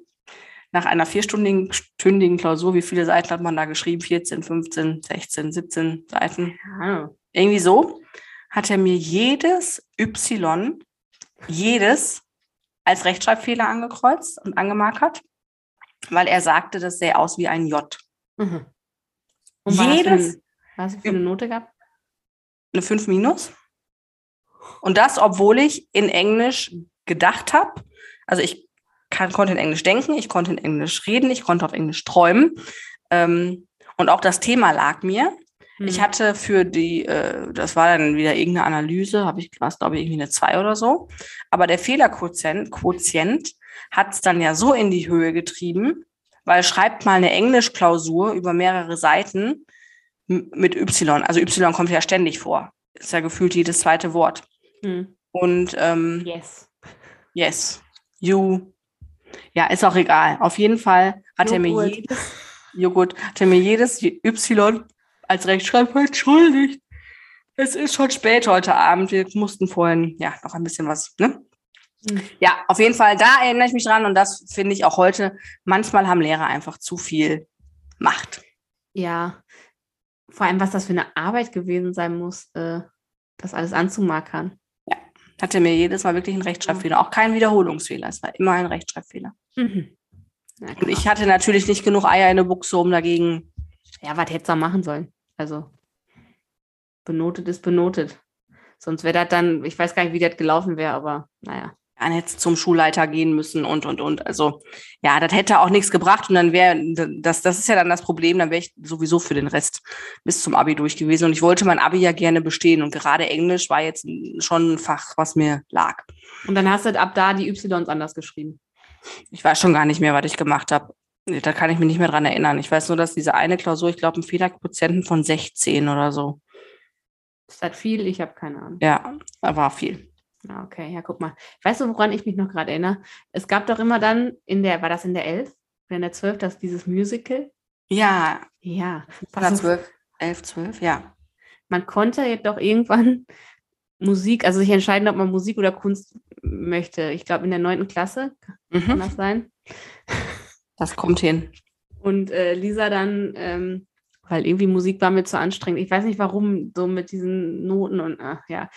Speaker 2: nach einer vierstündigen stündigen Klausur, wie viele Seiten hat man da geschrieben? 14, 15, 16, 17 Seiten.
Speaker 1: Ah.
Speaker 2: Irgendwie so hat er mir jedes Y, jedes als Rechtschreibfehler angekreuzt und angemarkert, weil er sagte, das sähe aus wie ein J.
Speaker 1: Mhm.
Speaker 2: Jedes-
Speaker 1: Was für, ein- was für eine Note gab?
Speaker 2: eine 5 minus. Und das, obwohl ich in Englisch gedacht habe. Also ich kann, konnte in Englisch denken, ich konnte in Englisch reden, ich konnte auf Englisch träumen. Ähm, und auch das Thema lag mir.
Speaker 1: Mhm.
Speaker 2: Ich hatte für die, äh, das war dann wieder irgendeine Analyse, habe ich, war es glaube ich irgendwie eine 2 oder so. Aber der Fehlerquotient Quotient hat es dann ja so in die Höhe getrieben, weil schreibt mal eine Englischklausur über mehrere Seiten m- mit Y. Also Y kommt ja ständig vor. Ist ja gefühlt jedes zweite Wort.
Speaker 1: Mhm.
Speaker 2: Und ähm,
Speaker 1: Yes.
Speaker 2: yes, you. Ja, ist auch egal. Auf jeden Fall hat er mir
Speaker 1: Joghurt.
Speaker 2: jedes Joghurt, hat er mir jedes Y als Rechtschreibung entschuldigt. Es ist schon spät heute Abend. Wir mussten vorhin ja noch ein bisschen was, ne?
Speaker 1: Mhm.
Speaker 2: Ja, auf jeden Fall, da erinnere ich mich dran und das finde ich auch heute. Manchmal haben Lehrer einfach zu viel Macht.
Speaker 1: Ja. Vor allem, was das für eine Arbeit gewesen sein muss, äh, das alles anzumarkern.
Speaker 2: Hatte mir jedes Mal wirklich einen Rechtschreibfehler, auch kein Wiederholungsfehler, es war immer ein Rechtschreibfehler.
Speaker 1: Mhm. Na,
Speaker 2: Und
Speaker 1: klar.
Speaker 2: ich hatte natürlich nicht genug Eier in der Buchse, um dagegen
Speaker 1: ja, was hätte er machen sollen? Also, benotet ist benotet. Sonst wäre das dann, ich weiß gar nicht, wie das gelaufen wäre, aber naja.
Speaker 2: dann hätte es zum Schulleiter gehen müssen und und und. Also ja, das hätte auch nichts gebracht und dann wäre das, das ist ja dann das Problem, dann wäre ich sowieso für den Rest bis zum Abi durch gewesen. Und ich wollte mein Abi ja gerne bestehen. Und gerade Englisch war jetzt schon ein Fach, was mir lag.
Speaker 1: Und dann hast du ab da die Ys anders geschrieben.
Speaker 2: Ich weiß schon gar nicht mehr, was ich gemacht habe. Nee, Da kann ich mich nicht mehr dran erinnern. Ich weiß nur, dass diese eine Klausur, ich glaube, einen Fehlerquotienten von 16 oder so.
Speaker 1: Ist das viel? Ich habe keine Ahnung.
Speaker 2: Ja, war viel.
Speaker 1: Ah, okay, ja, guck mal. Weißt du, woran ich mich noch gerade erinnere? Es gab doch immer dann in der, war das in der 11 oder in der 12, das dieses Musical?
Speaker 2: Ja,
Speaker 1: Ja, pass auf,
Speaker 2: 12, 11, 12, ja.
Speaker 1: man konnte jetzt doch irgendwann <laughs> Musik, also sich entscheiden, ob man Musik oder Kunst möchte. Ich glaube, in der 9. Klasse kann
Speaker 2: Mhm.
Speaker 1: das sein.
Speaker 2: Das kommt hin.
Speaker 1: Und äh, Lisa dann, ähm, weil irgendwie Musik war mir zu anstrengend. Ich weiß nicht warum, so mit diesen Noten und ach, ja.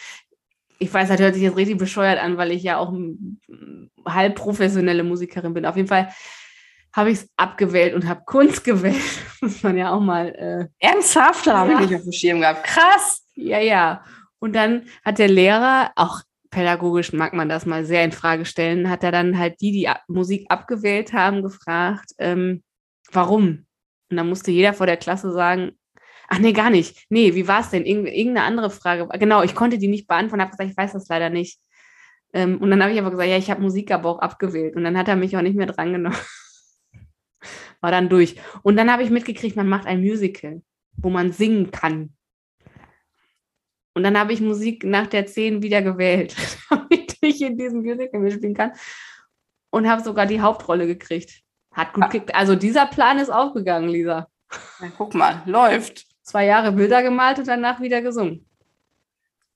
Speaker 1: Ich weiß, das hört sich jetzt richtig bescheuert an, weil ich ja auch m, m, halb professionelle Musikerin bin. Auf jeden Fall habe ich es abgewählt und habe Kunst <laughs> gewählt. Muss man ja auch mal äh,
Speaker 2: Ernsthaft? Da habe
Speaker 1: Ja.
Speaker 2: ich nicht auf dem Schirm gehabt. Krass!
Speaker 1: Ja, ja. Und dann hat der Lehrer, auch pädagogisch mag man das mal sehr in Frage stellen, hat er dann halt die, die ab- Musik abgewählt haben, gefragt, ähm, warum? Und dann musste jeder vor der Klasse sagen, ach nee, gar nicht. Nee, wie war es denn? Irgend- Irgendeine andere Frage. Genau, ich konnte die nicht beantworten, habe gesagt, ich weiß das leider nicht. Ähm, und dann habe ich aber gesagt, ja, ich habe Musik aber auch abgewählt. Und dann hat er mich auch nicht mehr drangenommen. <laughs> War dann durch. Und dann habe ich mitgekriegt, man macht ein Musical, wo man singen kann. Und dann habe ich Musik nach der 10 wieder gewählt, <laughs> damit ich in diesem Musical mitspielen kann. Und habe sogar die Hauptrolle gekriegt. Hat gut
Speaker 2: Ah.
Speaker 1: gekriegt. Also dieser Plan ist aufgegangen, Lisa.
Speaker 2: Na, guck mal, läuft.
Speaker 1: Zwei Jahre Bilder gemalt und danach wieder gesungen.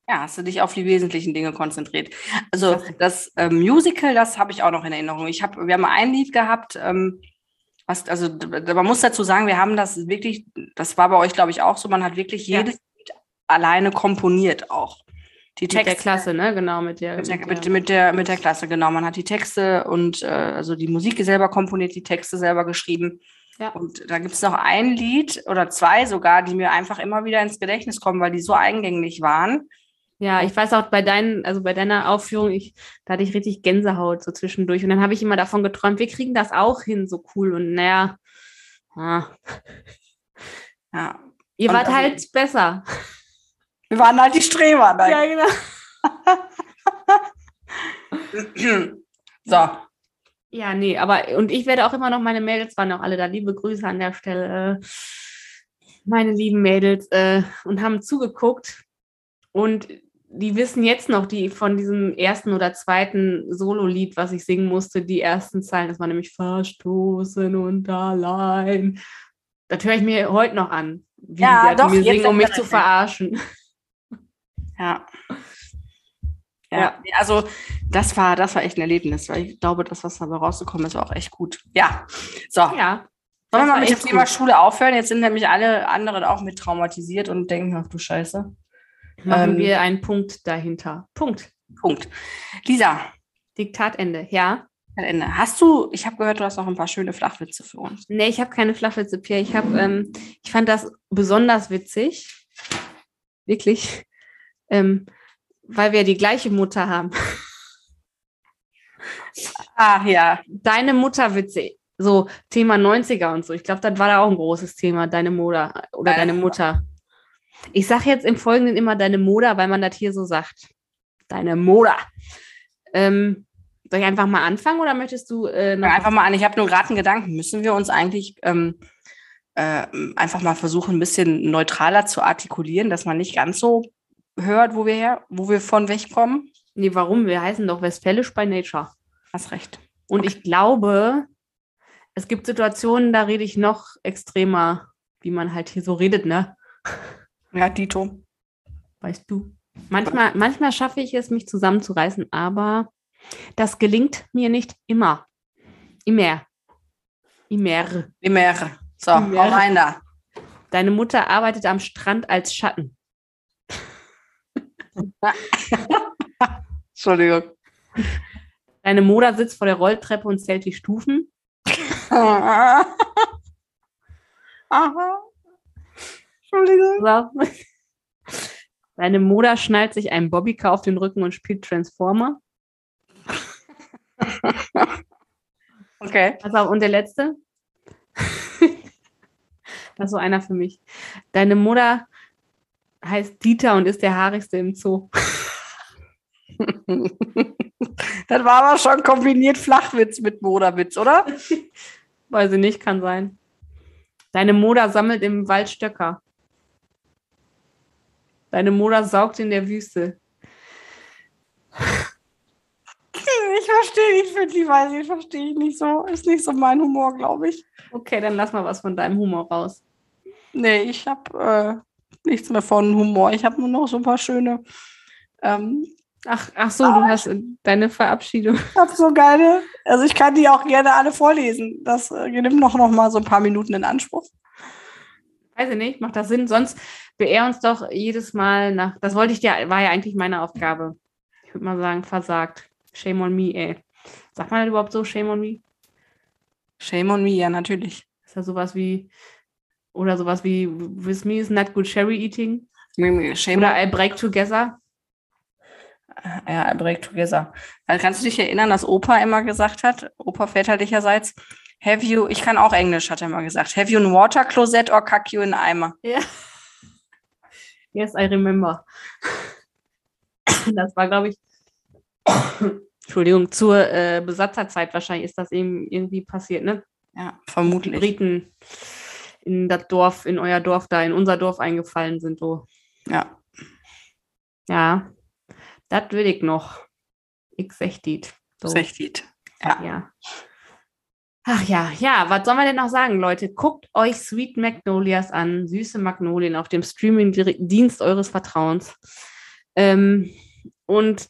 Speaker 2: Ja, hast du dich auf die wesentlichen Dinge konzentriert. Also das ähm, Musical, das habe ich auch noch in Erinnerung. Ich hab, wir haben ein Lied gehabt, ähm, was, also d- d- man muss dazu sagen, wir haben das wirklich, das war bei euch, glaube ich, auch so, man hat wirklich
Speaker 1: Ja.
Speaker 2: jedes Lied alleine komponiert auch. Die
Speaker 1: Mit der
Speaker 2: Texte.
Speaker 1: Klasse, ne? Genau, mit der.
Speaker 2: Mit der,
Speaker 1: mit
Speaker 2: mit, mit, der, mit der Klasse, genau. Man hat die Texte und äh, also die Musik selber komponiert, die Texte selber geschrieben.
Speaker 1: Ja.
Speaker 2: Und da gibt es noch ein Lied oder zwei sogar, die mir einfach immer wieder ins Gedächtnis kommen, weil die so eingänglich waren.
Speaker 1: Ja, ich weiß auch bei deinen, also bei deiner Aufführung, ich, da hatte ich richtig Gänsehaut so zwischendurch. Und dann habe ich immer davon geträumt, wir kriegen das auch hin, so cool. Und naja, ah,
Speaker 2: Ja.
Speaker 1: ihr
Speaker 2: Und
Speaker 1: wart
Speaker 2: also-
Speaker 1: halt besser.
Speaker 2: Wir waren halt die
Speaker 1: <laughs>
Speaker 2: Streber.
Speaker 1: Ja,
Speaker 2: Nein.
Speaker 1: genau.
Speaker 2: <clears throat> so,
Speaker 1: Ja, nee, aber und ich werde auch immer noch, meine Mädels waren auch alle da. Liebe Grüße an der Stelle. äh, Meine lieben Mädels äh, und haben zugeguckt. Und die wissen jetzt noch, die von diesem ersten oder zweiten Solo-Lied, was ich singen musste, die ersten Zeilen, das war nämlich verstoßen und allein. Das höre ich mir heute noch an, wie
Speaker 2: Ja,
Speaker 1: die
Speaker 2: doch,
Speaker 1: mir
Speaker 2: jetzt
Speaker 1: singen, um mich
Speaker 2: erinnere
Speaker 1: zu
Speaker 2: ich mich.
Speaker 1: verarschen.
Speaker 2: ja. Ja.
Speaker 1: Ja.
Speaker 2: Nee, also das war, das war echt ein Erlebnis, weil ich glaube, das, was dabei rausgekommen ist, war auch echt gut. Ja. So,
Speaker 1: Ja,
Speaker 2: sollen wir
Speaker 1: das war
Speaker 2: mal mit dem
Speaker 1: echt
Speaker 2: Thema
Speaker 1: gut.
Speaker 2: Schule aufhören? Jetzt sind nämlich alle anderen auch mit traumatisiert und denken, ach du Scheiße.
Speaker 1: machen
Speaker 2: Ähm.
Speaker 1: wir einen Punkt dahinter. Punkt.
Speaker 2: Punkt. Lisa,
Speaker 1: Diktatende. Ja.
Speaker 2: ein Ende. Hast du, ich habe gehört, du hast noch ein paar schöne Flachwitze für uns.
Speaker 1: Nee, ich habe keine Flachwitze, Pia. Ich, hab, ähm, ich fand das besonders witzig. Wirklich. <laughs> Ähm, weil wir die gleiche Mutter haben.
Speaker 2: Ah, ja.
Speaker 1: Deine Mutterwitze, so Thema 90er und so. Ich glaube, das war da auch ein großes Thema, deine Mutter oder
Speaker 2: Deine
Speaker 1: deine Mutter. Ich sage jetzt im Folgenden immer deine Mutter, weil man das hier so sagt. Deine Mutter. Ähm, soll ich einfach mal anfangen oder möchtest du äh, noch
Speaker 2: Fang einfach mal an. Ich habe nur gerade einen Gedanken. Müssen wir uns eigentlich ähm, äh, einfach mal versuchen, ein bisschen neutraler zu artikulieren, dass man nicht ganz so hört, wo wir her, wo wir von wegkommen?
Speaker 1: Nee, warum? Wir heißen doch Westfälisch by Nature.
Speaker 2: Hast recht.
Speaker 1: Und ich glaube, es gibt Situationen, da rede ich noch extremer, wie man halt hier so redet, ne?
Speaker 2: Ja, Dito.
Speaker 1: Weißt du. Manchmal, manchmal schaffe ich es, mich zusammenzureißen, aber das gelingt mir nicht immer. Immer. Immer.
Speaker 2: Immer. So,
Speaker 1: Immer.
Speaker 2: hau rein da.
Speaker 1: Deine Mutter arbeitet am Strand als Schatten.
Speaker 2: <laughs> Entschuldigung.
Speaker 1: Deine Mutter sitzt vor der Rolltreppe und zählt die Stufen.
Speaker 2: Aha. Entschuldigung.
Speaker 1: So. <laughs> Deine Mutter schnallt sich einen Bobbycar auf den Rücken und spielt Transformer.
Speaker 2: Okay.
Speaker 1: Pass auf, und der letzte? das ist so einer für mich. Deine Mutter heißt Dieter und ist der haarigste im Zoo.
Speaker 2: <laughs> Das war aber schon kombiniert Flachwitz mit Moderwitz, oder?
Speaker 1: Weiß ich nicht, kann sein. Deine Mutter sammelt im Wald Stöcker. Deine Mutter saugt in der Wüste.
Speaker 2: Ich verstehe nicht, finde die Weise, ich verstehe ich nicht so. Ist nicht so mein Humor, glaube ich.
Speaker 1: Okay, dann lass mal was von deinem Humor raus.
Speaker 2: Nee, ich habe äh, nichts mehr von Humor. Ich habe nur noch so ein paar schöne. Ähm,
Speaker 1: Ach, ach so, du hast äh, deine Verabschiedung.
Speaker 2: ich habe so geile. Also ich kann die auch gerne alle vorlesen. Das äh, nimmt noch, noch mal so ein paar Minuten in Anspruch.
Speaker 1: Weiß ich nicht, macht das Sinn? Sonst beehr uns doch jedes Mal nach. Das wollte ich dir, war ja eigentlich meine Aufgabe. Ich würde mal sagen, versagt. Shame on me, ey. Sagt man das überhaupt so, shame on me?
Speaker 2: Shame on me, ja, natürlich.
Speaker 1: Ist ja sowas wie, oder sowas wie, with me is not good cherry eating.
Speaker 2: Nee, nee, Shame
Speaker 1: Oder I break together.
Speaker 2: Ja, I break together. Also kannst du dich erinnern, dass Opa immer gesagt hat, Opa väterlicherseits, have you, ich kann auch Englisch, hat er immer gesagt, have you in water closet or kack you in Eimer?
Speaker 1: Yes, I remember. <laughs> Das war, glaube ich, <coughs> Entschuldigung, zur äh, Besatzerzeit wahrscheinlich ist das eben irgendwie passiert, ne?
Speaker 2: Ja, vermutlich.
Speaker 1: Briten in das Dorf, in euer Dorf da, in unser Dorf eingefallen sind, so.
Speaker 2: Ja.
Speaker 1: Ja, das will ich noch. Ich sechtit.
Speaker 2: So. Sechtit. Ja.
Speaker 1: ja. Ach ja, ja, was soll man denn noch sagen, Leute? Guckt euch Sweet Magnolias an, süße Magnolien auf dem Streaming-Dienst eures Vertrauens. Ähm, und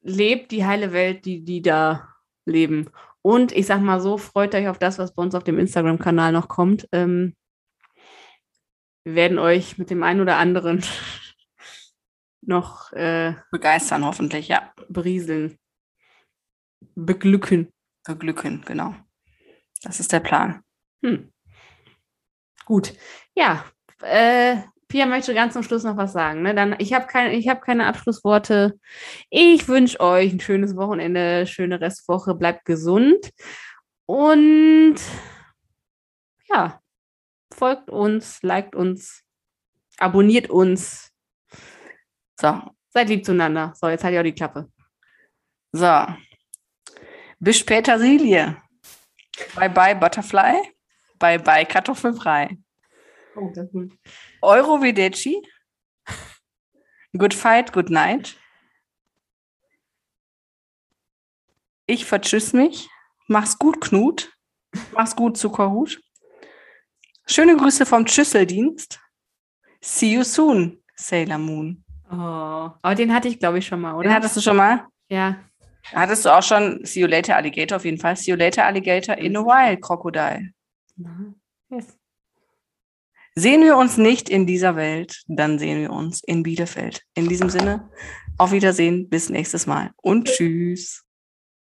Speaker 1: lebt die heile Welt, die, die da leben. Und ich sag mal so, freut euch auf das, was bei uns auf dem Instagram-Kanal noch kommt. Ähm, wir werden euch mit dem einen oder anderen <laughs> noch äh,
Speaker 2: begeistern, hoffentlich, ja.
Speaker 1: Berieseln. Beglücken.
Speaker 2: Beglücken, genau. Das ist der Plan.
Speaker 1: Hm. Gut. Ja, äh, Pia möchte ganz zum Schluss noch was sagen. Ne? Dann, ich habe kein, ich hab keine Abschlussworte. Ich wünsche euch ein schönes Wochenende, schöne Restwoche, bleibt gesund und ja, folgt uns, liked uns, abonniert uns. So, seid lieb zueinander. So, jetzt halt ihr auch die Klappe.
Speaker 2: So. Bis später, Silie. Bye bye, Butterfly. Bye bye, Kartoffelfrei. Oh, das ist gut. Euro Vedeci. Good fight, good night. Ich vertschüss mich. Mach's gut, Knut. Mach's gut, Zuckerhut. Schöne Grüße vom Schüsseldienst. See you soon, Sailor Moon.
Speaker 1: Oh, aber den hatte ich, glaube ich, schon mal, oder?
Speaker 2: Den hattest du schon mal?
Speaker 1: Ja.
Speaker 2: Hattest du auch schon See you later, Alligator auf jeden Fall. See you later, Alligator in a while, Crocodile. Yes. Sehen wir uns nicht in dieser Welt, dann sehen wir uns in Bielefeld. In diesem Sinne, auf Wiedersehen, bis nächstes Mal und tschüss.